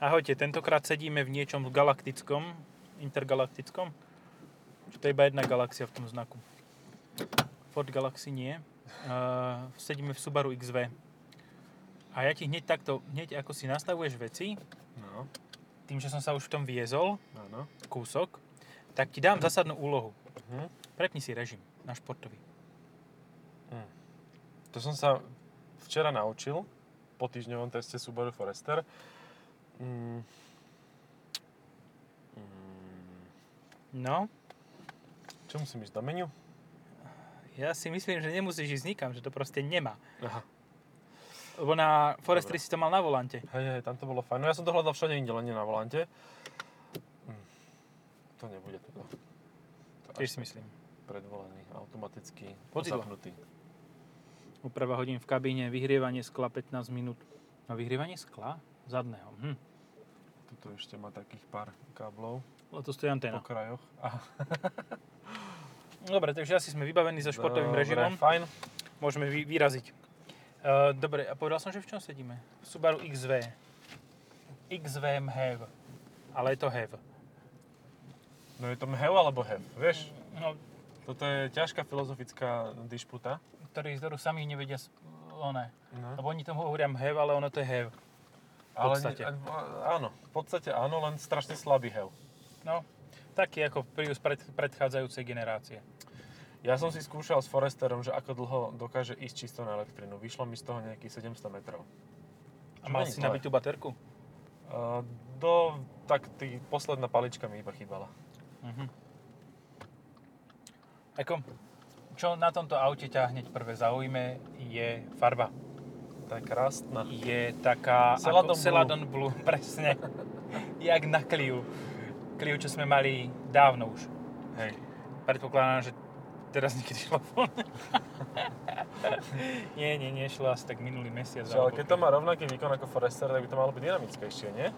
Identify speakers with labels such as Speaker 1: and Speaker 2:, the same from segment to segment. Speaker 1: Ahojte, tentokrát sedíme v niečom galaktickom, intergalaktickom. Čo to je iba jedna galaxia v tom znaku. Ford Galaxy nie. Uh, sedíme v Subaru XV. A ja ti hneď takto, hneď ako si nastavuješ veci,
Speaker 2: No,
Speaker 1: tým, že som sa už v tom viezol,
Speaker 2: áno.
Speaker 1: kúsok, tak ti dám zásadnú úlohu.
Speaker 2: Mhm.
Speaker 1: Prepni si režim na športový.
Speaker 2: To som sa včera naučil po týždňovom teste Subaru Forester. Mm. Mm.
Speaker 1: No,
Speaker 2: Čo musím ísť do menu?
Speaker 1: ja si myslím, že nemusíš ísť nikam, že to proste nemá.
Speaker 2: Aha.
Speaker 1: Lebo na Forestry
Speaker 2: Dobre.
Speaker 1: si to mal na volante.
Speaker 2: Hej, hej, tam to bolo fajn. No ja som to hľadal všade inde, len nie na volante. Mm. To nebude teda. To
Speaker 1: Tiež
Speaker 2: až
Speaker 1: si myslím.
Speaker 2: Predvolený, automaticky
Speaker 1: Vozidlo.
Speaker 2: zapnutý.
Speaker 1: Úprava hodín v kabíne, vyhrievanie skla 15 minút. No vyhrievanie skla? Zadného. Hm.
Speaker 2: Tuto ešte má takých pár káblov
Speaker 1: Ale to stojí
Speaker 2: po
Speaker 1: anténa.
Speaker 2: krajoch. Aha.
Speaker 1: Dobre, takže asi sme vybavení so športovým
Speaker 2: Dobre,
Speaker 1: režimom.
Speaker 2: Ah, Fajn.
Speaker 1: Môžeme vy, vyraziť. Uh, dobre, a povedal som, že v čom sedíme? V Subaru XV. XVM have. Ale je to have.
Speaker 2: No je to hev alebo hev, vieš?
Speaker 1: No,
Speaker 2: Toto je ťažká filozofická dišputa.
Speaker 1: ktorý, ktorú sami nevedia... s- One.
Speaker 2: No.
Speaker 1: Lebo oni tomu hovoria have, ale ono to je have. v
Speaker 2: Ale
Speaker 1: podstate.
Speaker 2: ne- a- áno, v podstate áno, len strašne slabý hev.
Speaker 1: No, taký ako príus pred, predchádzajúcej generácie.
Speaker 2: Ja som si skúšal s Foresterom, že ako dlho dokáže ísť čisto na elektrinu. Vyšlo mi z toho nejakých 700 metrov.
Speaker 1: A mal si
Speaker 2: Čo není zle.
Speaker 1: nabitú baterku?
Speaker 2: Uh, do, tak tý, posledná palička mi iba chýbala.
Speaker 1: Mhm. Ako, čo na tomto aute ťa hneď prvé zaujme, je farba.
Speaker 2: Tá je krásna.
Speaker 1: Je taká ako
Speaker 2: Celadon Blue.
Speaker 1: Celadon Blue, presne. Jak na Clio. Clio, čo sme mali dávno už.
Speaker 2: Hej.
Speaker 1: Predpokladám, že teraz niekedy šlo von. nie, nie, nešlo asi tak minulý mesiac.
Speaker 2: Že, ale
Speaker 1: alebo
Speaker 2: keď to má rovnaký výkon ako Forester, tak by to malo byť dynamickejšie, nie?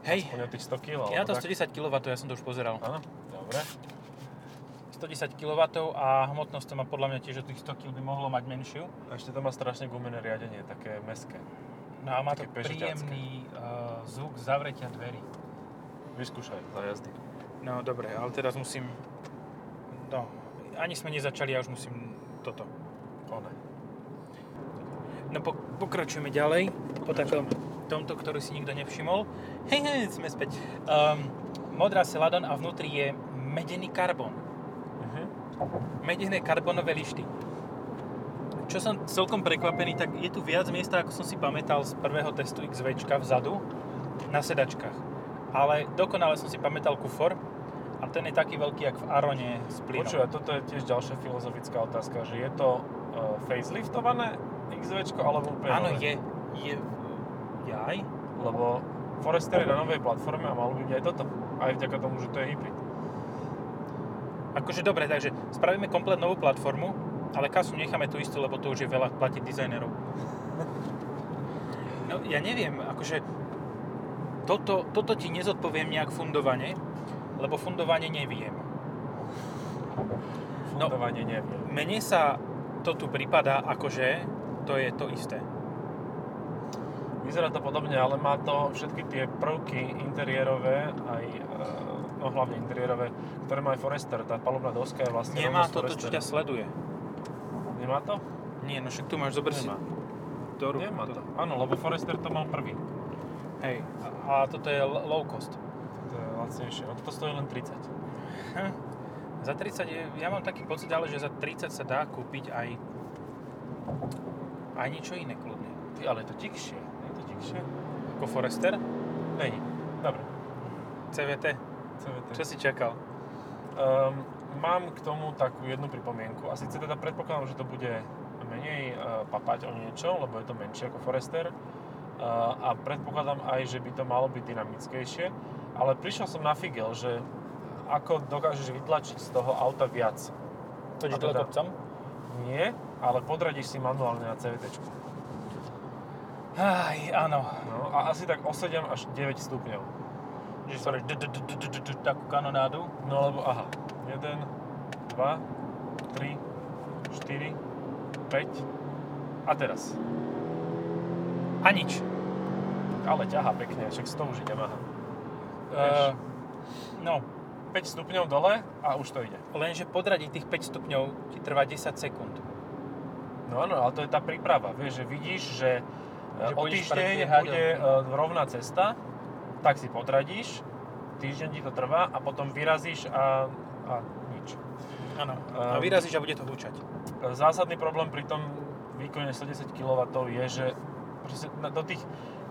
Speaker 1: Hej,
Speaker 2: Aspoň od tých 100 kg.
Speaker 1: je na to
Speaker 2: alebo tak.
Speaker 1: 110 kW, ja som to už pozeral.
Speaker 2: Áno, dobre.
Speaker 1: 110 kW a hmotnosť to má podľa mňa tiež od tých 100 kg by mohlo mať menšiu.
Speaker 2: A ešte to má strašne gumené riadenie, také meské.
Speaker 1: No a má to
Speaker 2: Také pežoťácké.
Speaker 1: príjemný uh, zvuk zavretia dverí.
Speaker 2: Vyskúšaj za jazdy.
Speaker 1: No dobre, ale teraz musím... No, ani sme nezačali, ja už musím toto.
Speaker 2: One.
Speaker 1: No po, pokračujeme ďalej po takom tomto, ktorý si nikto nevšimol. Hej, hej, sme späť. Um, modrá Celadon a vnútri je medený karbon.
Speaker 2: Mhm.
Speaker 1: Medené karbonové lišty. Čo som celkom prekvapený, tak je tu viac miesta, ako som si pamätal z prvého testu XVčka vzadu na sedačkách. Ale dokonale som si pamätal kufor a ten je taký veľký, jak v Arone s plynom.
Speaker 2: Počuj, a toto je tiež ďalšia filozofická otázka, že je to uh, faceliftované XVčko alebo úplne
Speaker 1: Áno,
Speaker 2: nové?
Speaker 1: je, je, jaj.
Speaker 2: Lebo Forester je na novej platforme a malo by byť aj toto. Aj vďaka tomu, že to je hybrid.
Speaker 1: Akože dobre, takže spravíme komplet novú platformu, ale kasu necháme tú istú, lebo to už je veľa platí dizajnerov. No ja neviem, akože toto, toto ti nezodpoviem nejak fundovane, lebo fundovanie neviem. No.
Speaker 2: Fundovanie neviem.
Speaker 1: Mne sa to tu prípada akože to je to isté.
Speaker 2: Vyzerá to podobne, ale má to všetky tie prvky interiérové, aj eh, no hlavne interiérové, ktoré má aj Forester. Tá palubná doska je vlastne
Speaker 1: Nemá
Speaker 2: rovno z
Speaker 1: toto, čo
Speaker 2: Foresteru.
Speaker 1: ťa sleduje.
Speaker 2: Nemá to?
Speaker 1: Nie, no však tu máš, zober si
Speaker 2: Nemá.
Speaker 1: do rúk.
Speaker 2: Nemá to. Áno, lebo Forester to mal prvý.
Speaker 1: Hej, a, a toto je l- low cost.
Speaker 2: To je lacnejšie. No toto stojí len 30.
Speaker 1: Hm. Za 30, je- ja mám taký pocit, ale že za 30 sa dá kúpiť aj, aj niečo iné kľudne.
Speaker 2: Ty, ale je to tikšie. Je to tikšie?
Speaker 1: Ako Forester,
Speaker 2: Není. Dobre.
Speaker 1: CVT,
Speaker 2: CVT.
Speaker 1: čo si čakal?
Speaker 2: Um, mám k tomu takú jednu pripomienku. A síce teda predpokladám, že to bude menej uh, papať o niečo, lebo je to menšie ako Forester. Uh, a predpokladám aj, že by to malo byť dynamickejšie. Ale prišiel som na figel, že ako dokážeš vytlačiť z toho auta viac.
Speaker 1: Chodíš
Speaker 2: A teda-
Speaker 1: dole kopcom?
Speaker 2: Nie, ale podradíš si manuálne na CVT.
Speaker 1: Aj, áno.
Speaker 2: No a asi tak o 7 až 9 stupňov.
Speaker 1: Že sorry, d- d- d- d- d- d- d- takú kanonádu.
Speaker 2: No lebo aha, 1, 2, 3, 4, 5 a teraz.
Speaker 1: A nič.
Speaker 2: ale ťahá pekne, však si to už E, ide maha.
Speaker 1: Uh, no,
Speaker 2: 5 stupňov dole a už to ide.
Speaker 1: lenže podradiť tých 5 stupňov ti trvá 10 sekúnd.
Speaker 2: No áno, ale to je tá príprava. Vieš, že vidíš, že, že
Speaker 1: Že
Speaker 2: o
Speaker 1: pôjdeš
Speaker 2: týždeň
Speaker 1: predbiehať,
Speaker 2: bude e, rovná cesta, tak si podradíš, týždeň ti to trvá a potom vyrazíš a, a nič.
Speaker 1: Áno.
Speaker 2: Ehm.
Speaker 1: A vyrazíš a bude to hučať.
Speaker 2: E, Zásadný problém pri tom výkone 110 kW je, že proste na- do tých,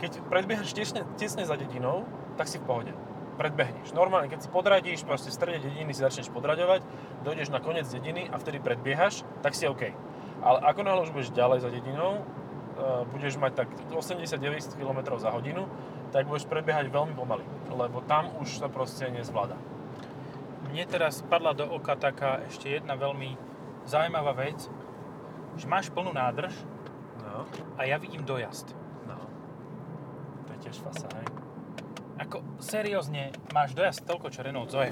Speaker 2: keď predbiehaš tesne, tesne za dedinou, tak si v pohode. Predbehneš. Normálne, keď si podradíš, proste v strede dediny si začneš podraďovať, dojdeš na koniec dediny a vtedy predbiehaš, tak si OK. Ale ako náhle už budeš ďalej za dedinou, e, budeš mať tak 80-90 km za hodinu, tak budeš predbiehať veľmi pomaly, lebo tam už to proste nezvláda.
Speaker 1: Mne teraz spadla do oka taká ešte jedna veľmi zaujímavá vec, že máš plnú nádrž
Speaker 2: No,
Speaker 1: a ja vidím dojazd.
Speaker 2: no. To je tiež fasa, hej?
Speaker 1: Ako seriózne máš dojazd toľko, čo Renault Zoe.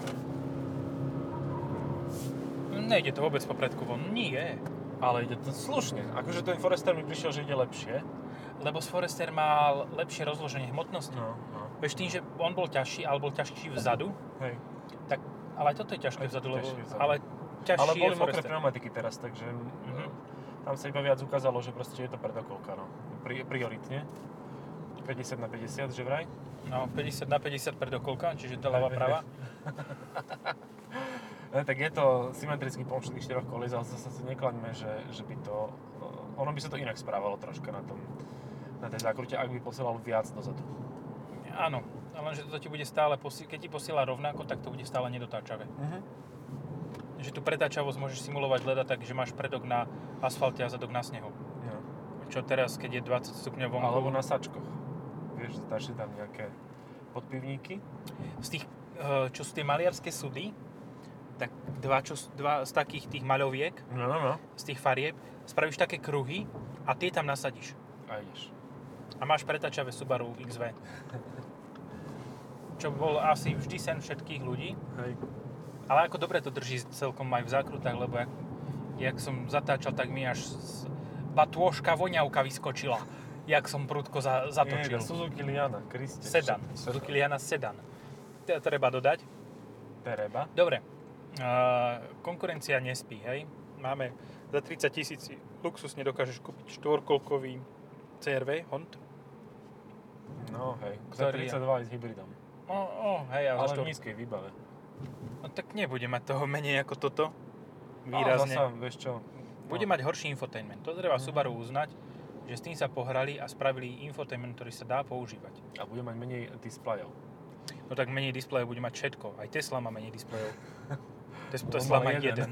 Speaker 1: Nejde to vôbec po predku von. Nie.
Speaker 2: Ale ide to slušne. Akože ten Forester mi prišiel, že ide lepšie.
Speaker 1: Lebo z Forester mal lepšie rozloženie hmotnosti.
Speaker 2: No, no.
Speaker 1: Vieš tým, že on bol ťažší, ale bol ťažší vzadu,
Speaker 2: Hej.
Speaker 1: tak ale aj toto je ťažké
Speaker 2: Aj to
Speaker 1: vzadu,
Speaker 2: je
Speaker 1: lebo,
Speaker 2: ťažšie vzadu.
Speaker 1: ale ťažší
Speaker 2: Ale boli
Speaker 1: je
Speaker 2: mokré
Speaker 1: Forester.
Speaker 2: pneumatiky teraz, takže mm-hmm.
Speaker 1: Mhm.
Speaker 2: tam sa iba viac ukázalo, že proste je to predokolka, no. Pri, prioritne. 50 na 50, že vraj?
Speaker 1: No, 50 na 50 predokolka, čiže doľava
Speaker 2: Hej, hej,
Speaker 1: prava.
Speaker 2: E, tak je to symetrický počet tých štyroch kolíz, ale zase si neklaňme, že, že by to... e, Ono by sa to inak správalo troška na tom na tej zákrute, ak by posielal viac dozadu.
Speaker 1: Áno, lenže to ti bude stále, posi- keď ti posiela rovnako, tak to bude stále nedotáčavé.
Speaker 2: Mm-hmm.
Speaker 1: Že tu pretáčavosť môžeš simulovať leda tak, že máš predok na asfalte a zadok na snehu.
Speaker 2: No.
Speaker 1: Čo teraz, keď je 20 stupňov vonku,
Speaker 2: Alebo na sačkoch. Vieš, dáš si tam nejaké podpivníky.
Speaker 1: z tých, e, čo sú tie maliarské sudy, tak dva, čo, sú- dva z takých tých maľoviek,
Speaker 2: No, no, no.
Speaker 1: z tých farieb, spravíš také kruhy a tie tam nasadíš.
Speaker 2: A ideš.
Speaker 1: A máš pretáčavé Subaru XV. Čo bol asi vždy sen všetkých ľudí.
Speaker 2: Hej.
Speaker 1: Ale ako dobre to drží celkom aj v zákrutách, lebo jak, jak som zatáčal, tak mi až z- batôžka voňavka vyskočila, jak som prudko za,
Speaker 2: Je,
Speaker 1: zatočil.
Speaker 2: Suzuki Liana, Kriste.
Speaker 1: Sedan, Suzuki Liana Sedan. Teda treba dodať.
Speaker 2: Tereba.
Speaker 1: Dobre, uh, konkurencia nespí, hej. Máme za 30 tisíc luxusne dokážeš kúpiť štvorkolkový CRV Hond.
Speaker 2: No hej,
Speaker 1: Ktorý
Speaker 2: ktorý 32 aj s hybridom.
Speaker 1: O, o, hej, ale,
Speaker 2: Ale
Speaker 1: štvorkolkový.
Speaker 2: v nízkej výbave.
Speaker 1: No, tak nebude mať toho menej ako toto.
Speaker 2: Ale
Speaker 1: Výrazne. No.
Speaker 2: zasa, vieš čo,
Speaker 1: Bude
Speaker 2: no.
Speaker 1: mať horší infotainment. To treba
Speaker 2: Mhm.
Speaker 1: Subaru uznať, že s tým sa pohrali a spravili infotainment, ktorý sa dá používať.
Speaker 2: a bude mať menej displejov.
Speaker 1: No tak menej displejov bude mať všetko. Aj Tesla má menej displejov. Tes-
Speaker 2: Lebo
Speaker 1: Tesla
Speaker 2: mal
Speaker 1: má
Speaker 2: jeden.
Speaker 1: jeden.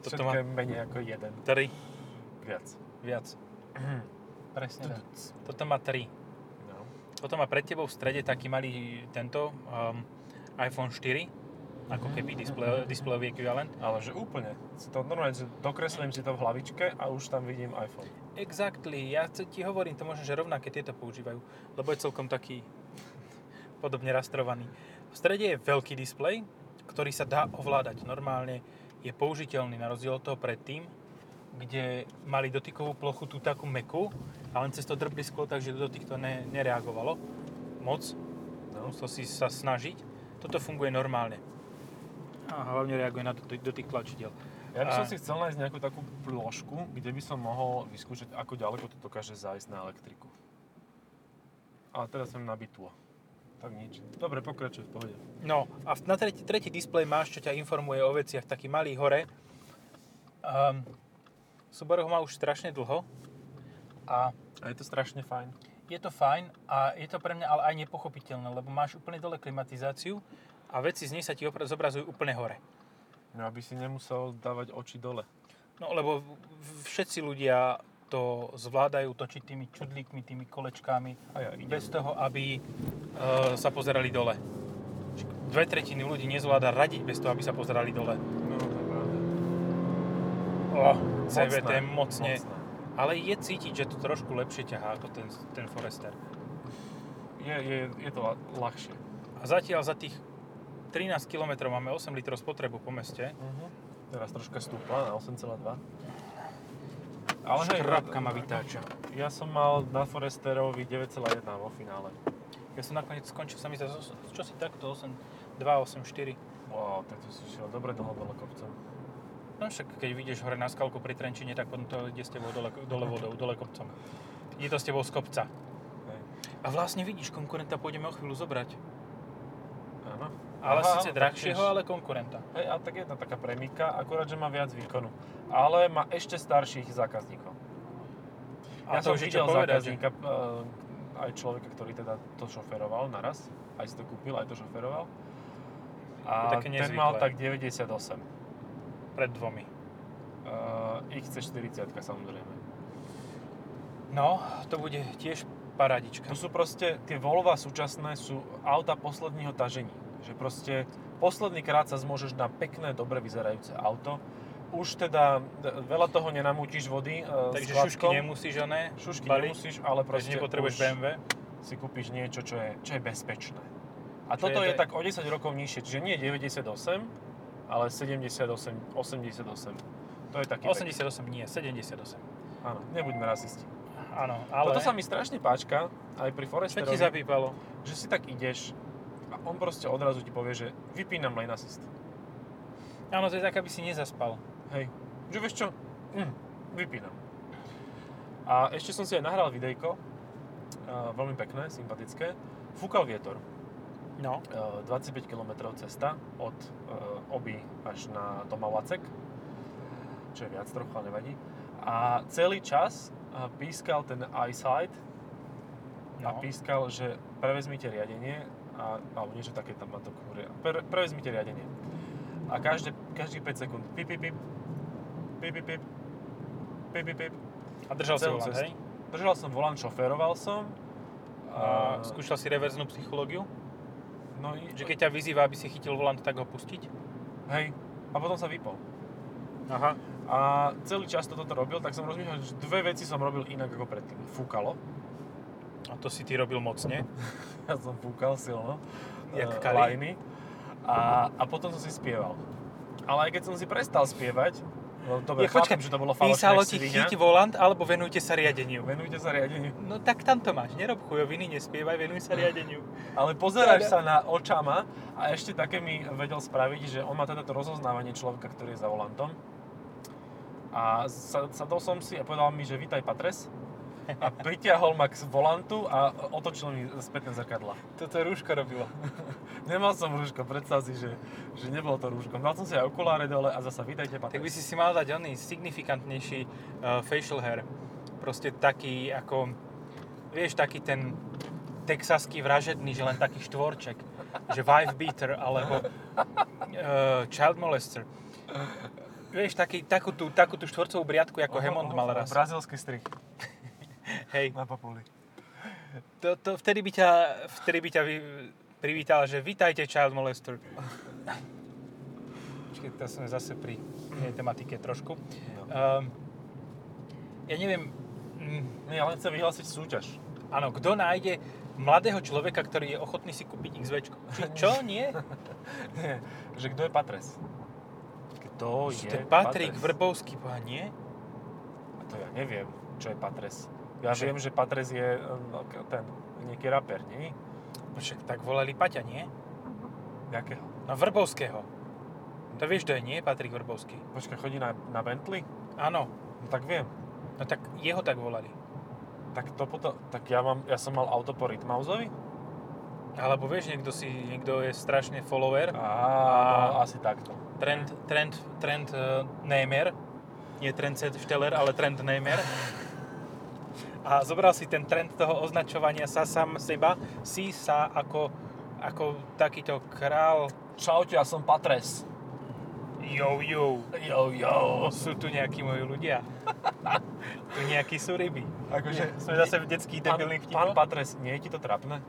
Speaker 1: Toto
Speaker 2: Všetko
Speaker 1: má
Speaker 2: je menej ako jeden.
Speaker 1: tri.
Speaker 2: Viac. Teda.
Speaker 1: Viac. Mhm. Presne tak. Toto má tri.
Speaker 2: No.
Speaker 1: Toto má pred tebou v strede taký malý tento um, iPhone 4 ako
Speaker 2: Mhm.
Speaker 1: keby displej, displejový ekvivalent.
Speaker 2: Ale že úplne. Si to normálne, že dokreslím si to v hlavičke a už tam vidím iPhone.
Speaker 1: Exactly, ja ti ti hovorím, to možno, že rovnaké tieto používajú, lebo je celkom taký podobne rastrovaný. V strede je veľký displej, ktorý sa dá ovládať. Normálne je použiteľný na rozdiel od toho predtým, kde mali dotykovú plochu tú takú mekú a len cez to drbli sklo, takže do týchto ne, nereagovalo moc.
Speaker 2: No.
Speaker 1: Musel si sa snažiť. Toto funguje normálne. A hlavne reaguje na doty- dotyk tlačidiel.
Speaker 2: Ja by som
Speaker 1: A-
Speaker 2: si chcel nájsť nejakú takú plošku, kde by som mohol vyskúšať, ako ďaleko to dokáže zájsť na elektriku. Ale teraz som nabitú. Tak nič. Dobre, pokračuj v pohode.
Speaker 1: No a v- na tretí, tretí displej máš, čo ťa informuje o veciach, taký malý hore. Um, Subaru ho má už strašne dlho a
Speaker 2: A je to strašne fajn.
Speaker 1: je to fajn a je to pre mňa ale aj nepochopiteľné, lebo máš úplne dole klimatizáciu a veci z nej sa ti opra- zobrazujú úplne hore.
Speaker 2: No, aby si nemusel dávať oči dole.
Speaker 1: No lebo v- v- všetci ľudia to zvládajú točiť tými čudlíkmi, tými kolečkami,
Speaker 2: A ja idem.
Speaker 1: bez toho, aby e, sa pozerali dole. Dve tretiny ľudí nezvláda radiť bez toho, aby sa pozerali dole.
Speaker 2: No, to je pravda.
Speaker 1: Oh, CVT mocne. mocne.
Speaker 2: Mocné.
Speaker 1: Ale je cítiť, že to trošku lepšie ťahá ako ten, ten Forester.
Speaker 2: Je, je, je to la- ľahšie.
Speaker 1: A zatiaľ za tých 13 km máme 8 litrov
Speaker 2: Mhm.
Speaker 1: spotrebu po meste
Speaker 2: Teraz troška stúpla na 8,2.
Speaker 1: a
Speaker 2: Ale hej,
Speaker 1: Škrabka ma vytáča.
Speaker 2: ja som mal na Foresterovi 9,1 vo finále.
Speaker 1: Ja som nakoniec skončil, sa mi zdá, zo- čo si takto, 8, 2, 8, 4.
Speaker 2: Wow, tak to si šiel dobre dlho dole kopcom.
Speaker 1: No však keď vidíš hore na skalku pri Trenčine, tak potom to ide s tebou dole, dole vodou, dole kopcom. Ide to s tebou z kopca.
Speaker 2: Hej.
Speaker 1: A vlastne vidíš, konkurenta pôjdeme o chvíľu zobrať.
Speaker 2: Áno.
Speaker 1: Ale
Speaker 2: Aha,
Speaker 1: síce
Speaker 2: tak
Speaker 1: drahšieho,
Speaker 2: tiež.
Speaker 1: ale konkurenta.
Speaker 2: Hej, a tak jedna taká premika, akurát, že má viac výkonu. Ale má ešte starších zákazníkov.
Speaker 1: A
Speaker 2: ja som
Speaker 1: už je
Speaker 2: videl
Speaker 1: čo povedať, že-
Speaker 2: zákazníka, e, aj človeka, ktorý teda to šoferoval naraz, aj si to kúpil, aj to šoferoval. A
Speaker 1: také
Speaker 2: ten mal
Speaker 1: nezvyklé.
Speaker 2: tak 98.
Speaker 1: pred dvomi.
Speaker 2: Uh, XC40 samozrejme.
Speaker 1: No, to bude tiež paradička.
Speaker 2: To sú proste, tie Volva súčasné sú auta posledního tažení. Že proste posledný krát sa zmôžeš na pekné, dobre vyzerajúce auto. Už teda e, veľa toho nenamútiš vody e,
Speaker 1: Takže
Speaker 2: s klackom.
Speaker 1: šušky nemusíš, oné,
Speaker 2: šušky
Speaker 1: baliť,
Speaker 2: nemusíš, ale
Speaker 1: takže
Speaker 2: proste
Speaker 1: nepotrebuješ
Speaker 2: už
Speaker 1: BMW.
Speaker 2: si kúpiš niečo, čo je, čo je bezpečné. A
Speaker 1: Čo
Speaker 2: toto
Speaker 1: je
Speaker 2: je,
Speaker 1: to-
Speaker 2: tak o 10 rokov nižšie, čiže nie 98, ale 78, 88. To je taký 80.
Speaker 1: 88 nie, 78.
Speaker 2: Áno, nebuďme rasisti.
Speaker 1: Áno, ale...
Speaker 2: Ale... Toto sa mi strašne páčka, aj pri
Speaker 1: Čo
Speaker 2: Foresterovi.
Speaker 1: ti zapípalo?
Speaker 2: že si tak ideš a on proste odrazu ti povie, že vypínam lane assist.
Speaker 1: Áno, to je tak, aby si nezaspal.
Speaker 2: Hej. Že vieš čo? Mm, vypínam. A ešte som si aj nahral videjko, uh, veľmi pekné, sympatické. Fúkal vietor,
Speaker 1: No.
Speaker 2: uh, 25 km cesta od uh, Oby až na Tomawacek, čo je viac trochu, ale nevadí. A celý čas uh, pískal ten eyesight,
Speaker 1: no.
Speaker 2: a pískal, že prevezmite riadenie, a, alebo niečo také tam má to kúre. Pre, prevezmite riadenie. A každé, každých 5 sekúnd pip, pip, pip, pip, pip, pip, pip, pip, pip.
Speaker 1: A držal si
Speaker 2: celú
Speaker 1: volant,
Speaker 2: cestu.
Speaker 1: hej?
Speaker 2: Držal som volant, šoferoval som.
Speaker 1: A skúšal si reverznú psychológiu?
Speaker 2: no, i-
Speaker 1: No, Že keď ťa vyzýva, aby si chytil volant, tak ho pustiť?
Speaker 2: Hej, a potom sa vypol.
Speaker 1: Aha.
Speaker 2: A celý čas to toto robil, tak som rozmýšľal, že dve veci som robil inak ako predtým. Fúkalo.
Speaker 1: A to si ty robil mocne.
Speaker 2: Ja som fúkal silno.
Speaker 1: Jak
Speaker 2: eh,
Speaker 1: Kali?
Speaker 2: lajny. A, a potom som si spieval. Ale aj keď som si prestal spievať, no
Speaker 1: Ja,
Speaker 2: dobre, ja,
Speaker 1: počkaj,
Speaker 2: chápem, že to bolo
Speaker 1: Písalo
Speaker 2: falošné
Speaker 1: ti
Speaker 2: svinia.
Speaker 1: chyť volant, alebo venujte sa riadeniu.
Speaker 2: Venujte sa riadeniu.
Speaker 1: No tak tam to máš, nerob chujoviny, nespievaj, venuj sa riadeniu.
Speaker 2: Ale pozeráš
Speaker 1: Teda.
Speaker 2: sa na očama a ešte také mi vedel spraviť, že on má teda to rozoznávanie človeka, ktorý je za volantom. A sa- sadol som si a povedal mi, že vítaj Patres. A pritiahol ma k volantu a otočil mi spätné zrkadla.
Speaker 1: Toto rúško robilo.
Speaker 2: Nemal som rúško, predstav si, že, že nebolo to rúško. Mal som si aj okuláre dole a zasa vítajte, Patres.
Speaker 1: Tak by si si mal dať oný signifikantnejší uh, facial hair. Proste taký ako, vieš, taký ten texaský vražedný, že len taký štvorček. Že wife beater, alebo uh, child molester. Vieš, taký, takú, tú, takú tú štvorcovú briadku, ako Hemond mal raz.
Speaker 2: Brazílsky strik
Speaker 1: Hej,
Speaker 2: na papuli.
Speaker 1: to, to, vtedy by ťa, vtedy by ťa vy, privítal, že vítajte child molester. Počkej, to sme zase pri inej tematike trošku.
Speaker 2: No.
Speaker 1: Um, ja neviem, mm,
Speaker 2: Ja len chcem vyhlásiť súťaž.
Speaker 1: áno, kto nájde mladého človeka, ktorý je ochotný si kúpiť XV? Či, čo? Nie?
Speaker 2: že kto je Patres? Kto
Speaker 1: Že to je Patrik Vrbovský, boha, nie?
Speaker 2: A To ja neviem, čo je Patres. Ja
Speaker 1: Že-
Speaker 2: viem, že Patres je no, k- ten nejaký raper, nie?
Speaker 1: No Však tak volali Paťa, nie?
Speaker 2: Nejakého.
Speaker 1: No Vrbovského. To vieš, kto je, nie? Patrik Vrbovský.
Speaker 2: Počkaj, chodí na, na Bentley?
Speaker 1: Áno,
Speaker 2: No tak viem.
Speaker 1: no tak jeho tak volali.
Speaker 2: Tak to potom, tak ja, mám, ja som mal auto po Ritmausovi?
Speaker 1: Alebo vieš, niekto, si, niekto je strašne follower,
Speaker 2: Á, no, asi takto.
Speaker 1: trend, trend, trend uh, Neymar, nie trend Steller, ale trend Neymar. A zobral si ten trend toho označovania sa sám seba, si sa ako, ako takýto král,
Speaker 2: Čaute, ja som Patres.
Speaker 1: jo jo,
Speaker 2: Jo, jo.
Speaker 1: sú tu nejakí moji ľudia. tu nejakí sú ryby.
Speaker 2: Akože,
Speaker 1: Nie, sme zase v detských
Speaker 2: Pán,
Speaker 1: debilných vtipoch.
Speaker 2: pán Patres, nie je ti to trapné?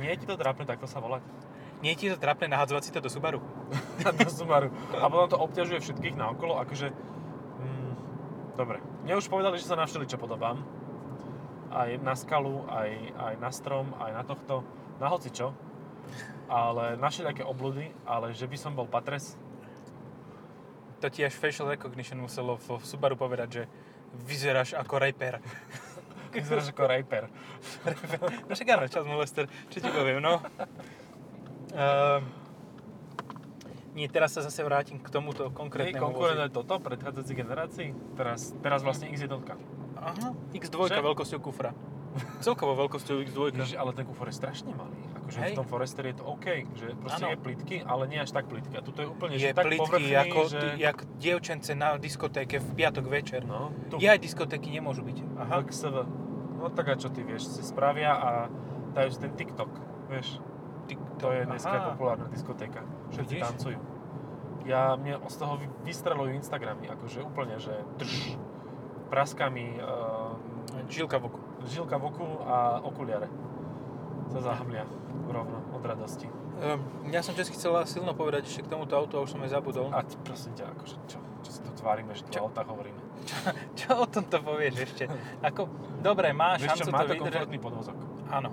Speaker 2: Nie je ti to trapné takto sa volať?
Speaker 1: Nie je ti to trápne nahadzovať si to do Subaru?
Speaker 2: do Subaru. A potom to obťažuje všetkých naokolo, akože... Mm, dobre. Mne už povedali, že sa na čo podobám. Aj na skalu, aj, aj na strom, aj na tohto, na hocičo. Ale na všelijaké obludy, ale že by som bol patres,
Speaker 1: To ti až facial recognition muselo v v Subaru povedať, že Vyzeráš ako reper.
Speaker 2: Vyzeráš ako rajper.
Speaker 1: No však áno, čas molester, čo ti poviem, no. Uh, nie, teraz sa zase vrátim k tomuto
Speaker 2: Hej,
Speaker 1: konkrétnemu
Speaker 2: konkurent
Speaker 1: vozu.
Speaker 2: je toto, predchádzajúcej generácii. Teraz, teraz vlastne X1.
Speaker 1: Hm. Aha, X2
Speaker 2: Že?
Speaker 1: veľkosťou kufra. Celkovo veľkosťou X2.
Speaker 2: Ježiš, ale ten kufor je strašne malý. Akože
Speaker 1: Hej.
Speaker 2: v tom Forester je to OK, že proste
Speaker 1: Áno.
Speaker 2: je plitky, ale nie až tak plitky. A tuto je úplne
Speaker 1: je
Speaker 2: že tak
Speaker 1: plitky,
Speaker 2: povrchný,
Speaker 1: ako,
Speaker 2: že...
Speaker 1: že... jak dievčence na diskotéke v piatok večer. No.
Speaker 2: No, tu.
Speaker 1: Ja aj diskotéky nemôžu byť. Aha.
Speaker 2: XV. No tak a čo ty vieš, si spravia a dajú si ten TikTok, vieš.
Speaker 1: TikTok.
Speaker 2: To je dneska
Speaker 1: Aha.
Speaker 2: populárna diskotéka. Všetci
Speaker 1: Vidíš?
Speaker 2: tancujú. Ja, mne z toho vy- vystrelujú Instagramy, akože úplne, že drž, praskami, ehm,
Speaker 1: Žilka v oku.
Speaker 2: žilka v oku a okuliare. Sa zahmlia rovno od radosti.
Speaker 1: Ehm, Ja som čas chcela silno povedať ešte k tomuto autu a už som aj zabudol.
Speaker 2: A t- prosím ťa, akože čo, čo si tu tvárime, že tu
Speaker 1: Čo?
Speaker 2: o autách hovoríme.
Speaker 1: Čo o tomto povieš ešte? Ako, dobre, má
Speaker 2: Vieš čo,
Speaker 1: šancu
Speaker 2: má
Speaker 1: to
Speaker 2: to
Speaker 1: vydržať.
Speaker 2: komfortný podvozok.
Speaker 1: Áno.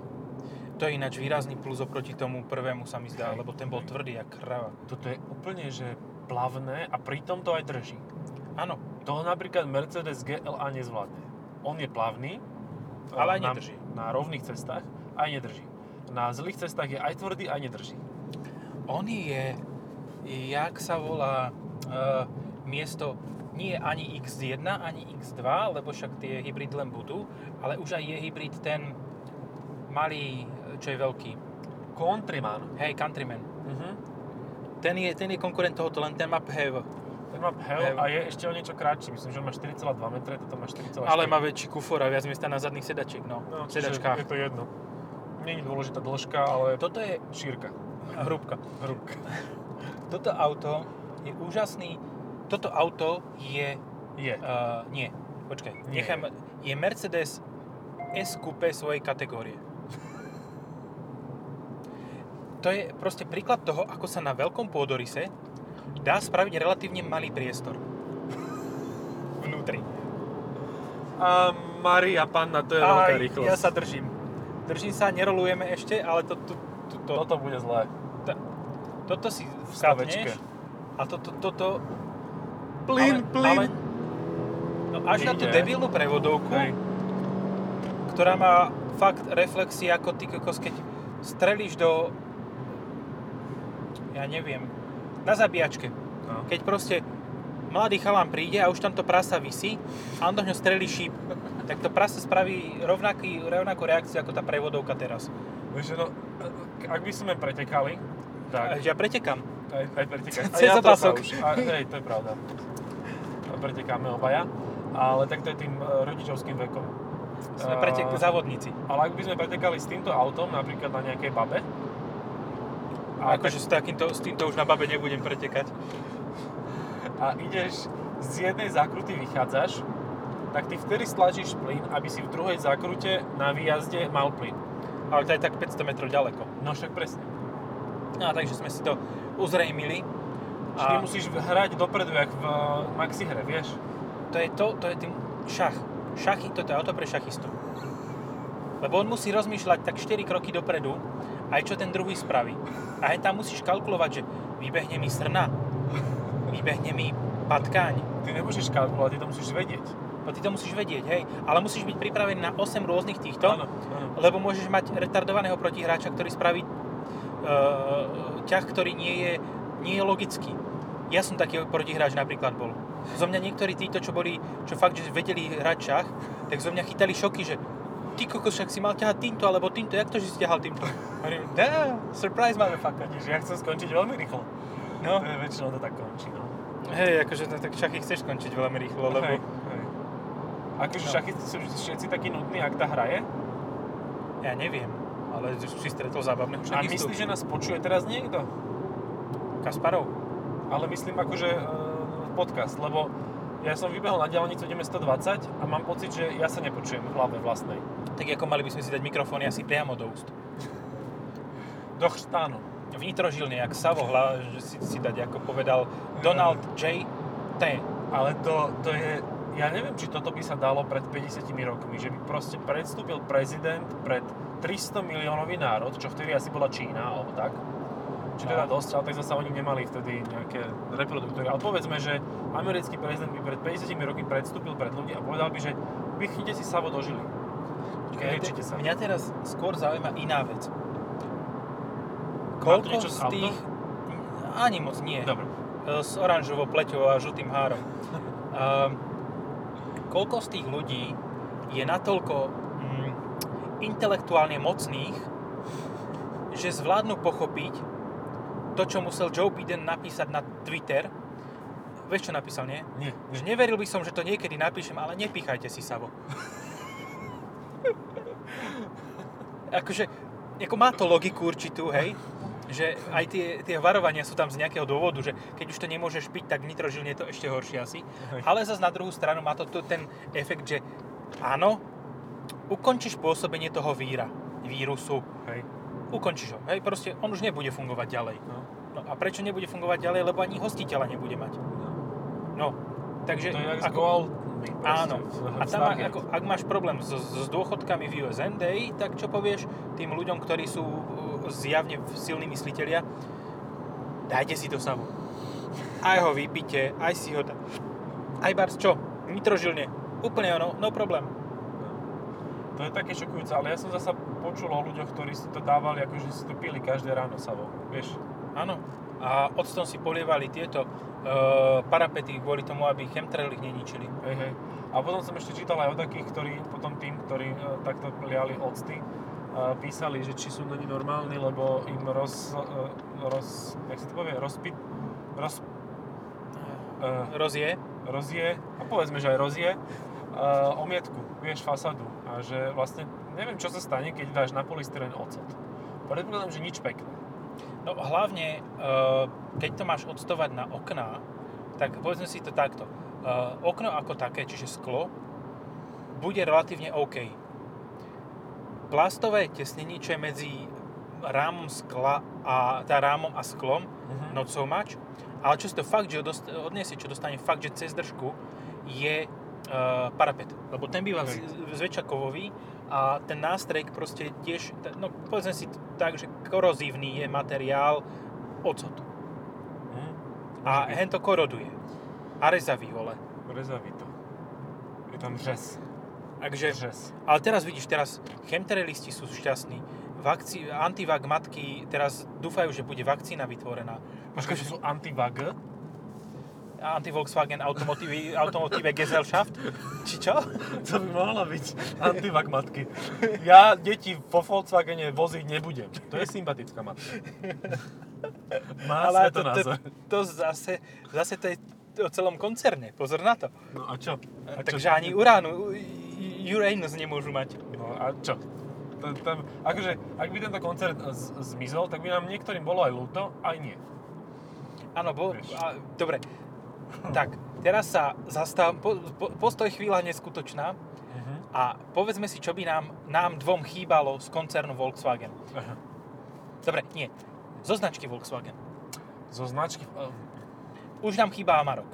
Speaker 1: To je ináč výrazný plus oproti tomu prvému sa mi zdá,
Speaker 2: Hej,
Speaker 1: lebo ten bol
Speaker 2: hej.
Speaker 1: tvrdý a krava.
Speaker 2: Toto je úplne, že plavné a pritom to aj drží.
Speaker 1: Áno,
Speaker 2: To napríklad Mercedes GLA nezvládne. On je plavný,
Speaker 1: Ale aj
Speaker 2: na-
Speaker 1: nedrží.
Speaker 2: Na, rovných cestách aj nedrží. Na zlých cestách je aj tvrdý, aj nedrží.
Speaker 1: on je, jak sa volá, e, miesto nie ani X1, ani X2, lebo však tie hybrid len budú, ale už aj je hybrid ten malý, e, čo je veľký.
Speaker 2: Countryman.
Speaker 1: Hej, Countryman.
Speaker 2: Uh-huh.
Speaker 1: Ten je, ten je konkurent tohoto, len ten má PHEV,
Speaker 2: Ten má
Speaker 1: Hej.
Speaker 2: hell a je ešte o niečo kratší. Myslím, že on má 4,2 metre, toto má 4,4.
Speaker 1: ale má väčší kufor a viac miesta na zadných sedačiek, no,
Speaker 2: no, čiže
Speaker 1: sedačkách.
Speaker 2: Je to jedno. Není dôležitá dĺžka, ale to...
Speaker 1: Toto je
Speaker 2: šírka.
Speaker 1: hrubka.
Speaker 2: Hrubka.
Speaker 1: Toto auto je úžasný. Toto auto je...
Speaker 2: Je.
Speaker 1: Uh, nie, počkaj.
Speaker 2: Nie.
Speaker 1: Nechám, je Mercedes S coupe svojej kategórie. To je proste príklad toho, ako sa na veľkom pôdorise dá spraviť relatívne malý priestor. Vnútri.
Speaker 2: A Maria Panna, to je veľká rýchlosť.
Speaker 1: ja sa držím. Držím sa, nerolujeme ešte, ale to, to, to, to,
Speaker 2: Toto bude zlé.
Speaker 1: toto si
Speaker 2: V
Speaker 1: vstavneš
Speaker 2: stavečke.
Speaker 1: a toto, toto
Speaker 2: Plyn,
Speaker 1: ale,
Speaker 2: plyn.
Speaker 1: Ale, no až na tú
Speaker 2: Ide.
Speaker 1: debilnú prevodovku,
Speaker 2: Hej.
Speaker 1: ktorá má fakt reflexy ako ty kokos, keď strelíš do... Ja neviem. Na zabíjačke.
Speaker 2: No.
Speaker 1: Keď proste mladý chalán príde a už tam to prasa vysí a on do ňo strelí šíp, tak to prasa spraví rovnaký, rovnakú reakciu ako tá prevodovka teraz.
Speaker 2: Vieš, no, ak by sme pretekali, tak...
Speaker 1: Takže ja pretekám.
Speaker 2: Aj, aj pretekáme.
Speaker 1: Cez opasok.
Speaker 2: A, hej, to je pravda. A pretekáme obaja. Ale tak to je tým e, rodičovským vekom.
Speaker 1: Sme
Speaker 2: A-
Speaker 1: pretek závodníci.
Speaker 2: Ale ak by sme pretekali s týmto autom, napríklad na nejakej babe, a,
Speaker 1: Akože s, takýmto, s týmto už na babe nebudem pretekať.
Speaker 2: tak, a ideš z jednej zákruty vychádzaš, tak ty vtedy stlačíš plyn, aby si v druhej zákrute na výjazde mal plyn.
Speaker 1: Ale to je tak 500 metrov ďaleko.
Speaker 2: No však presne.
Speaker 1: No a takže sme si to uzrejmili.
Speaker 2: Čiže ty
Speaker 1: A
Speaker 2: musíš hrať dopredu, jak v eh, maxi hre, vieš?
Speaker 1: to je to, to je tým šach. Šachy, toto je auto pre šachistu. Lebo on musí rozmýšľať tak 4 kroky dopredu, aj čo ten druhý spraví. A aj tam musíš kalkulovať, že vybehne mi srna, vybehne mi patkáň.
Speaker 2: Ty nemôžeš kalkulovať, ty to musíš vedieť.
Speaker 1: No ty to musíš vedieť, hej. Ale musíš byť pripravený na 8 rôznych týchto,
Speaker 2: Áno, áno.
Speaker 1: lebo môžeš mať retardovaného protihráča, ktorý spraví e, ťah, ktorý nie je, nie je logický. Ja som taký protihráč napríklad bol. Zo mňa niektorí títo, čo boli, čo fakt, že vedeli hrať šach, tak zo mňa chytali šoky, že ty kokos, však si mal ťahať týmto, alebo týmto, jak to, že si ťahal týmto? Hovorím, dá, surprise motherfucker.
Speaker 2: Takže ja chcem skončiť veľmi rýchlo.
Speaker 1: No,
Speaker 2: To je väčšinou to tak končí, no.
Speaker 1: hej, akože no, tak šachy chceš skončiť veľmi rýchlo, lebo...
Speaker 2: Hej, hej. Akože
Speaker 1: No.
Speaker 2: šachisti sú všetci takí nudní, ak tá hraje.
Speaker 1: Ja neviem, ale si stretol zábavného
Speaker 2: A myslíš, že nás počuje teraz niekto?
Speaker 1: Kasparov?
Speaker 2: Ale myslím akože e, podcast, lebo ja som vybehol na diálnicu, ideme 120 a mám pocit, že ja sa nepočujem v hlave vlastnej.
Speaker 1: Tak ako mali by sme si dať mikrofóny asi priamo do úst.
Speaker 2: Do chštánu.
Speaker 1: vnitrožilný, jak Savo hla, že si, si dať, ako povedal Donald J. T.
Speaker 2: Ale to, to je... Ja neviem, či toto by sa dalo pred 50 rokmi, že by proste predstúpil prezident pred 300 miliónový národ, čo vtedy asi bola Čína, alebo tak, Čo teda
Speaker 1: No.
Speaker 2: dosť, ale tak zase oni nemali vtedy nejaké reproduktory. Ale povedzme, že americký prezident by pred 50 rokmi predstúpil pred ľudí a povedal by, že vychnite si savo do žily.
Speaker 1: Počkaj,
Speaker 2: Liečite
Speaker 1: te-
Speaker 2: sa.
Speaker 1: Mňa teraz skôr zaujíma iná vec. Koľko
Speaker 2: niečo No.
Speaker 1: z
Speaker 2: s autom?
Speaker 1: tých... Ani moc nie.
Speaker 2: Dobre.
Speaker 1: E, S oranžovou pleťou a žltým három. Ehm, koľko z tých ľudí je natoľko mm, intelektuálne mocných, že zvládnu pochopiť to, čo musel Joe Biden napísať na Twitter. Vieš, čo napísal, nie?
Speaker 2: Nie, nie.
Speaker 1: Že neveril by som, že to niekedy napíšem, ale nepýchajte si Savo. akože, ako má to logiku určitú, hej? Že aj tie, tie varovania sú tam z nejakého dôvodu, že keď už to nemôžeš piť, tak nitrožilne je to ešte horšie asi.
Speaker 2: Hej.
Speaker 1: Ale zase na druhú stranu má to tu ten efekt, že áno, ukončíš pôsobenie toho víra, vírusu,
Speaker 2: Hej.
Speaker 1: ukončíš ho, hej, proste on už nebude fungovať ďalej.
Speaker 2: No.
Speaker 1: No a prečo nebude fungovať ďalej? Lebo ani hostiteľa nebude mať. No, takže...
Speaker 2: To je jak ako... Goldmy.
Speaker 1: Áno. A tam, ak, ako, ak máš problém s, s dôchodkami v USNDA, tak čo povieš tým ľuďom, ktorí sú uh, zjavne silní mysliteľia? Dajte si to samo. Aj ho vypite, aj si ho... Da... Aj bars čo? Nitrožilne. Úplne ono, no problém.
Speaker 2: To je také šokujúce, ale ja som zasa počul o ľuďoch, ktorí si to dávali, akože si to pili každé ráno savo. Vieš,
Speaker 1: Áno. A octom si polievali tieto e, parapety kvôli tomu, aby chemtrail ich neničili.
Speaker 2: hej, hej. A potom som ešte čítal aj o takých, ktorí potom tým, ktorí e, takto liali octy, e, písali, že či sú není normálni, lebo im roz, e, roz, jak sa to povie, rozpit, roz, e,
Speaker 1: Rozie.
Speaker 2: rozje, a povedzme, že aj rozje, e, omietku, vieš, fasadu. A že vlastne, neviem, čo sa stane, keď dáš na polystyren ocot. Predpokladám, že nič pekné.
Speaker 1: No hlavne, e, keď to máš odstovať na okná, tak povedzme si to takto. E, okno ako také, čiže sklo, bude relatívne OK. Plastové tesnenie, čo je medzi rámom skla a tá rámom a sklom,
Speaker 2: Mhm.
Speaker 1: not so much, ale čo si to fakt, že odost- odniesie, čo dostane fakt, že cez držku, je e, parapet. Lebo ten býva
Speaker 2: Hej.
Speaker 1: z- zväčša kovový a ten nástrek proste tiež, t- no povedzme si t- tak, že korozívny je materiál ocot.
Speaker 2: Mhm.
Speaker 1: A
Speaker 2: byť.
Speaker 1: hento koroduje. A rezavý, vole.
Speaker 2: Rezaví to. Je tam řez.
Speaker 1: Takže
Speaker 2: Řez.
Speaker 1: Ale teraz vidíš, teraz chemtrailisti sú šťastní. Vakci- antivak matky teraz dúfajú, že bude vakcína vytvorená.
Speaker 2: Počkaj, že sú antivag?
Speaker 1: Anti-Volkswagen Automotive, Automotive Gesellschaft? Či čo?
Speaker 2: To by mohla byť antivag matky. Ja deti vo Volkswagene voziť nebudem. To je sympatická matka. Má
Speaker 1: Ale to, to,
Speaker 2: svetonázor.
Speaker 1: to zase, zase to je o celom koncerne, pozor na to.
Speaker 2: No a čo? A čo?
Speaker 1: Eh, Takže ani uránu, Uranus nemôžu mať.
Speaker 2: No a čo? To- Tam, akože, ak by tento koncert eh, z- zmizol, tak by nám niektorým bolo aj ľúto, aj nie.
Speaker 1: Áno, bo,
Speaker 2: Vieš.
Speaker 1: a, dobre. Tak, teraz sa zastávam, po, po, postoj chvíľa neskutočná a povedzme si, čo by nám, nám dvom chýbalo z koncernu Volkswagen.
Speaker 2: Aha.
Speaker 1: Dobre, nie. Zo značky Volkswagen.
Speaker 2: Zo značky... ehm,
Speaker 1: Už nám chýba Amarok.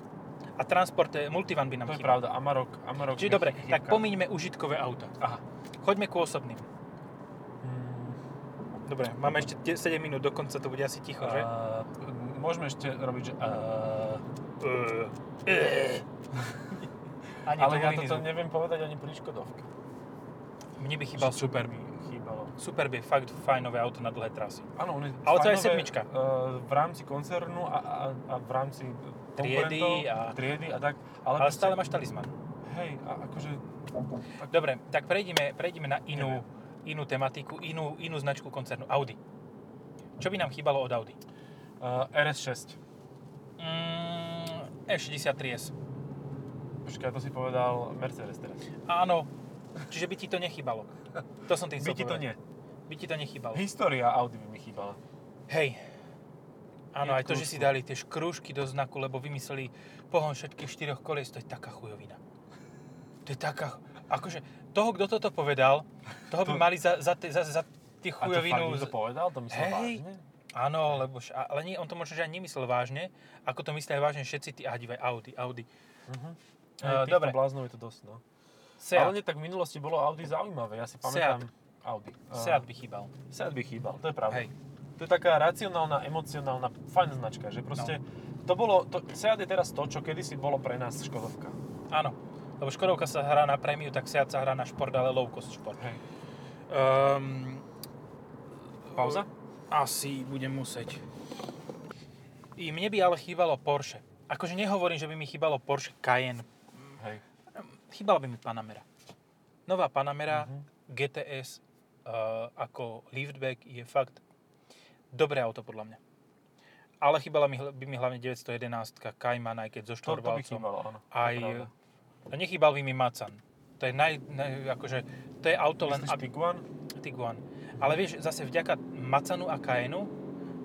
Speaker 1: A transport eh, Multivan by nám
Speaker 2: To je
Speaker 1: chýbal.
Speaker 2: pravda, Amarok... Amarok
Speaker 1: Čiže
Speaker 2: je
Speaker 1: dobre,
Speaker 2: chybka.
Speaker 1: tak pomíňme užitkové auta.
Speaker 2: Aha.
Speaker 1: Choďme k osobným.
Speaker 2: Mm.
Speaker 1: Dobre, máme ešte tie- 7 minút, dokonca to bude asi ticho, že?
Speaker 2: A, môžeme ešte robiť, že... A,
Speaker 1: Ani
Speaker 2: ale
Speaker 1: to
Speaker 2: ja
Speaker 1: bol iný
Speaker 2: toto
Speaker 1: zvuk.
Speaker 2: neviem povedať ani pri Škodovke.
Speaker 1: Mne by chýbal Superb.
Speaker 2: Mi chýbalo.
Speaker 1: Superb je fakt fajnové auto na dlhé trasy.
Speaker 2: Áno, on je
Speaker 1: Ale to je
Speaker 2: fajnové,
Speaker 1: sedmička.
Speaker 2: e, v rámci koncernu a, a, a v rámci
Speaker 1: Triedy
Speaker 2: konkurentov,
Speaker 1: a-
Speaker 2: triedy a tak. Ale,
Speaker 1: Ale
Speaker 2: proste-
Speaker 1: stále máš talizman.
Speaker 2: Hej, a akože...
Speaker 1: Dobre, tak prejdime, prejdime na inú, inú tematiku, inú, inú značku koncernu. Audi. Čo by nám chýbalo od Audi?
Speaker 2: Uh, RS6.
Speaker 1: Mm, E63S.
Speaker 2: Počkaj, to si povedal Mercedes teraz.
Speaker 1: Áno. Čiže by ti to nechybalo. To som tým
Speaker 2: By
Speaker 1: chcel
Speaker 2: ti to
Speaker 1: povedať.
Speaker 2: nie.
Speaker 1: By ti to nechybalo.
Speaker 2: História Audi by mi chýbala.
Speaker 1: Hej. Áno,
Speaker 2: Je
Speaker 1: aj to, že si
Speaker 2: krúžku.
Speaker 1: dali tie škrúžky do znaku, lebo vymysleli pohon všetkých štyroch kolies, to je taká chujovina. To je taká... Akože, toho, kto toto povedal, toho by
Speaker 2: To-
Speaker 1: mali za, za, te- za, za tie
Speaker 2: A to fakt
Speaker 1: chujovinu... z-
Speaker 2: niekto povedal? To myslel
Speaker 1: Hej.
Speaker 2: vážne?
Speaker 1: Áno, lebo... š- a- Ale nie, on to možno, že ani nemyslel vážne, ako to myslia vážne všetci tí... A divaj, Audi, Audi.
Speaker 2: Mhm.
Speaker 1: Eh,
Speaker 2: Hej, týchto
Speaker 1: dobre.
Speaker 2: bláznov je to dosť, no.
Speaker 1: Seat,
Speaker 2: Ale nie, tak v minulosti bolo Audi E, zaujímavé, ja si pamätám Audi.
Speaker 1: Seat by chýbal.
Speaker 2: Seat by chýbal, to je pravda.
Speaker 1: Hej.
Speaker 2: to je taká racionálna, emocionálna, fajn značka, že proste
Speaker 1: No.
Speaker 2: to bolo, to, Seat je teraz to, čo kedysi bolo pre nás Škodovka.
Speaker 1: Áno, lebo Škodovka sa hrá na prémiu, tak Seat sa hrá na šport, ale low cost šport.
Speaker 2: Hej. Ehm,
Speaker 1: Um,
Speaker 2: Pauza?
Speaker 1: Asi budem musieť. I mne by ale chýbalo Porsche. Akože nehovorím, že by mi chýbalo Porsche Cayenne.
Speaker 2: Hej.
Speaker 1: Chýbala by mi Panamera. Nová Panamera
Speaker 2: Mhm.
Speaker 1: GTS uh, ako liftback je fakt dobré auto podľa mňa. Ale chýbala mi, hla- by mi hlavne 911 Cayman, aj keď so
Speaker 2: No, To, to by
Speaker 1: štvorvalcom.
Speaker 2: chýbalo, áno. To je
Speaker 1: Aj,
Speaker 2: pravda.
Speaker 1: no nechýbal by mi Macan. To je naj, naj, akože, to je auto len,
Speaker 2: Myslíš
Speaker 1: aby,
Speaker 2: Tiguan?
Speaker 1: Tiguan. Ale vieš, zase vďaka Macanu a Cayenu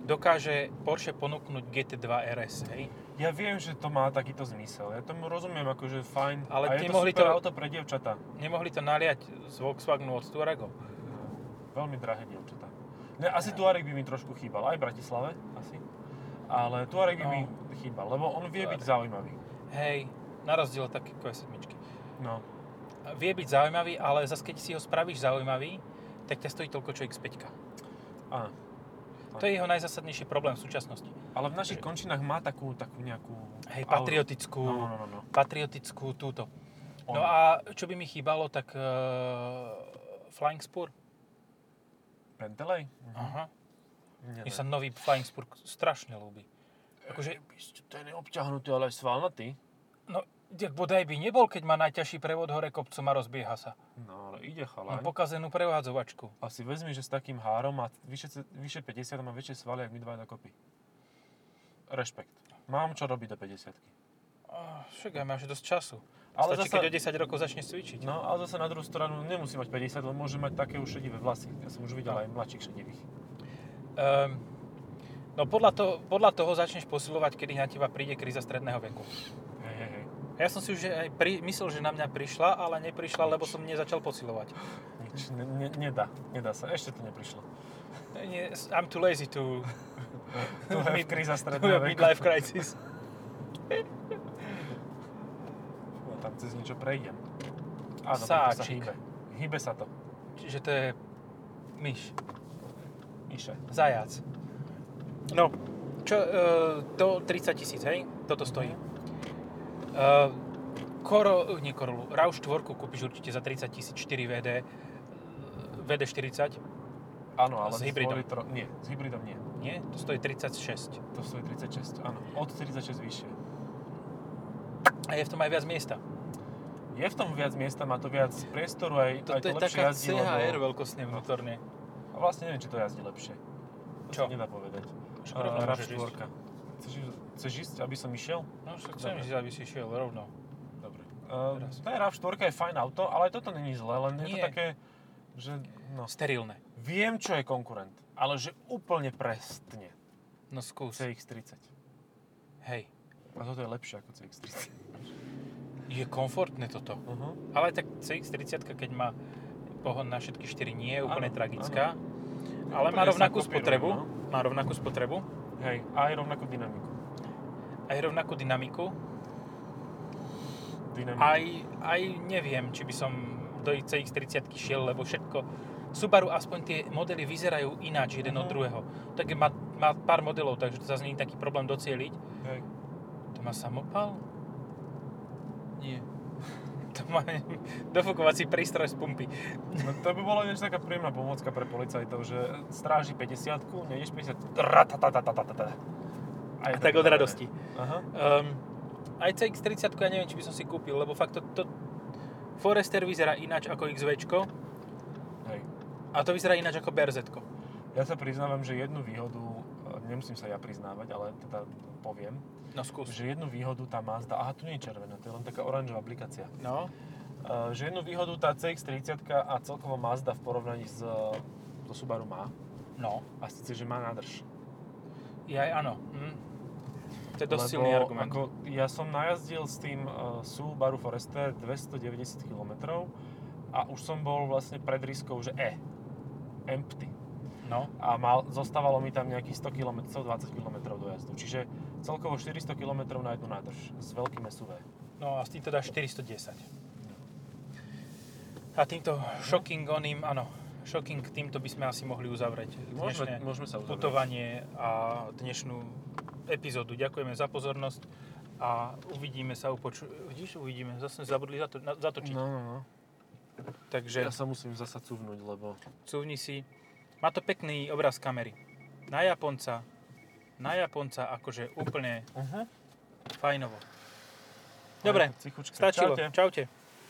Speaker 1: dokáže Porsche ponúknuť GT2 RS, hej?
Speaker 2: Ja viem, že to má takýto zmysel. Ja tomu rozumiem, akože fajn.
Speaker 1: Ale
Speaker 2: a
Speaker 1: tie
Speaker 2: je to
Speaker 1: mohli
Speaker 2: super
Speaker 1: to-
Speaker 2: auto pre dievčatá.
Speaker 1: Nemohli to naliať z Volkswagenu od Touaregu.
Speaker 2: Veľmi drahé dievčatá. Ne, asi Tuareg by mi trošku chýbal, aj v Bratislave asi. Ale Tuareg by
Speaker 1: No.
Speaker 2: mi chýbal, lebo on vie byť
Speaker 1: Tuareg.
Speaker 2: zaujímavý.
Speaker 1: Hej, na rozdiel od také Q7.
Speaker 2: No,
Speaker 1: Vie byť zaujímavý, ale zase keď si ho spravíš zaujímavý, tak ťa stojí toľko, čo X5.
Speaker 2: áno.
Speaker 1: To je jeho najzásadnejší problém v súčasnosti.
Speaker 2: Ale v
Speaker 1: Že-
Speaker 2: našich končinách má takú, takú nejakú...
Speaker 1: Hej,
Speaker 2: auru.
Speaker 1: patriotickú,
Speaker 2: No, no, no, no.
Speaker 1: patriotickú túto.
Speaker 2: On.
Speaker 1: No a čo by mi chýbalo, tak uh, Flying Spur.
Speaker 2: Pentelej?
Speaker 1: Aha.
Speaker 2: Neviem.
Speaker 1: Mne sa nový Flying Spur strašne ľúbi. Akože,
Speaker 2: Ten je obťahnutý, ale aj svalnatý.
Speaker 1: no, jak bodaj by nebol, keď má najťažší prevod hore kopcom a rozbieha sa.
Speaker 2: No, ale ide
Speaker 1: Má
Speaker 2: chalán.
Speaker 1: pokazenú prevádzovačku.
Speaker 2: A si vezmi, že s takým három má vyše, ce- vyše 50 má väčšie svaly, ako my dva dokopy. Rešpekt. Mám čo robiť do 50
Speaker 1: Oh, však aj máš dosť času.
Speaker 2: Ale
Speaker 1: Ale Stačí,
Speaker 2: zasa-
Speaker 1: keď o 10 rokov začneš cvičiť.
Speaker 2: No, ale zase na druhú stranu nemusí mať 50, lebo môže mať také už šedivé vlasy. Ja som už videl aj mladších šedivých.
Speaker 1: Ehm, no podľa, to, podľa toho začneš posilovať, kedy na teba príde kríza stredného veku.
Speaker 2: Hej, hej, hej.
Speaker 1: Ja som si už aj pri, myslel, že na mňa prišla, ale neprišla, lebo som nezačal posilovať.
Speaker 2: Nič, ne, ne, nedá, nedá sa. Ešte to neprišlo.
Speaker 1: Nie, I'm too lazy to...
Speaker 2: Tu je
Speaker 1: to
Speaker 2: kríza
Speaker 1: je
Speaker 2: stredného veku.
Speaker 1: midlife crisis.
Speaker 2: No, tam cez niečo prejdem. Áno, to sa
Speaker 1: Sáčik.
Speaker 2: hýbe. Hýbe sa to.
Speaker 1: Čiže to je myš.
Speaker 2: Iše.
Speaker 1: Zajac. No, čo, e, to 30 tisíc, hej? Toto stojí.
Speaker 2: Mhm.
Speaker 1: E, Koro, nie Korolu, RAV 4 kúpiš určite za 30 tisíc, 4 VD, e, VD40,
Speaker 2: Áno, ale
Speaker 1: S hybridom.
Speaker 2: dvojlitro- nie, s hybridom nie.
Speaker 1: nie? To stojí 36.
Speaker 2: To stojí 36, áno. Od 46 vyššie.
Speaker 1: A je v tom aj viac miesta.
Speaker 2: Je v tom viac miesta, má to viac priestoru, aj, aj
Speaker 1: To, to je
Speaker 2: to, lepšie
Speaker 1: taká
Speaker 2: jazdí,
Speaker 1: CHR
Speaker 2: lebo...
Speaker 1: veľkostne vnútorne.
Speaker 2: A vlastne neviem, či to jazdí lepšie. To
Speaker 1: Čo?
Speaker 2: sa nedá povedať.
Speaker 1: Však rovno
Speaker 2: Uh,
Speaker 1: môžeš ísť.
Speaker 2: RAV4. Chceš, ísť- chceš ísť, aby som išiel?
Speaker 1: No, však chcem ísť, aby si šiel rovno.
Speaker 2: Dobre. Uh,
Speaker 1: Teraz.
Speaker 2: tá RAV4 je fajn auto, ale aj toto není zlé, len je to
Speaker 1: Nie.
Speaker 2: také, že no,
Speaker 1: Sterilné.
Speaker 2: viem, čo je konkurent, ale že úplne presne
Speaker 1: No skús.
Speaker 2: CX-30.
Speaker 1: Hej.
Speaker 2: A toto je lepšie ako CX-30.
Speaker 1: Je komfortné toto.
Speaker 2: Uh-huh.
Speaker 1: Ale tak CX-30, keď má pohon na všetky 4, nie je úplne
Speaker 2: Áno,
Speaker 1: tragická. Ale má
Speaker 2: Úplne sa
Speaker 1: rovnakú
Speaker 2: kopírujú,
Speaker 1: spotrebu.
Speaker 2: no.
Speaker 1: Má rovnakú spotrebu.
Speaker 2: Hej, a aj rovnakú dynamiku.
Speaker 1: Aj rovnakú dynamiku.
Speaker 2: Mhm. Dynamiku.
Speaker 1: Aj, aj neviem, či by som do CX-30 šiel, lebo všetko... Subaru aspoň tie modely vyzerajú ináč jeden od
Speaker 2: Mhm.
Speaker 1: druhého. Tak má, má pár modelov, takže to zase nie je taký problém docieliť.
Speaker 2: Hej.
Speaker 1: To má samopal? Nie. To má dofokovací prístroj z pumpy.
Speaker 2: No to by bola niečo taká príjemná pomôcka pre policajtov, že stráži 50 nejdeš 50 ratatatatata.
Speaker 1: A tak od radosti.
Speaker 2: Aha.
Speaker 1: Um, aj CX-30 ja neviem, či by som si kúpil, lebo fakt to, to Forester vyzerá ináč ako XV
Speaker 2: Hej.
Speaker 1: a to vyzerá ináč ako BRZ.
Speaker 2: Ja sa priznávam, že jednu výhodu, e, nemusím sa ja priznávať, ale teda poviem,
Speaker 1: No skús.
Speaker 2: že jednu výhodu tá Mazda, aha, tu nie je červená, to je len taká oranžová aplikácia,
Speaker 1: No.
Speaker 2: E, že jednu výhodu tá CX-30 a celkovo Mazda v porovnaní s, e, so Subaru má,
Speaker 1: No.
Speaker 2: a síce, že má nádrž.
Speaker 1: Ja aj áno. Hm. To je dosť silný argument.
Speaker 2: Ako, ja som najazdil s tým uh, Subaru Forester 290 km a už som bol vlastne pred riskou, že E, empty.
Speaker 1: No.
Speaker 2: A mal, zostávalo mi tam nejakých 100 km, 120 km dojazdu. Čiže celkovo 400 km na jednu nádrž s veľkým SUV.
Speaker 1: no a s týmto dáš 410. A týmto shocking oným, áno, Shocking, týmto by sme asi mohli uzavrieť
Speaker 2: Môžeme,
Speaker 1: dnešné
Speaker 2: môžeme sa uzavrieť.
Speaker 1: putovanie a dnešnú epizódu. Ďakujeme za pozornosť a uvidíme sa, upoču... vidíš, uvidíme, zase sme zabudli zato- na- zatočiť.
Speaker 2: No, no, no.
Speaker 1: Takže
Speaker 2: Ja sa musím zasa cuvnúť, lebo...
Speaker 1: cúvni si. Má to pekný obraz kamery. Na Japonca, na Japonca akože úplne
Speaker 2: Uh-huh.
Speaker 1: fajnovo. Dobre,
Speaker 2: Cichučka.
Speaker 1: stačilo.
Speaker 2: Čaute.
Speaker 1: Čaute.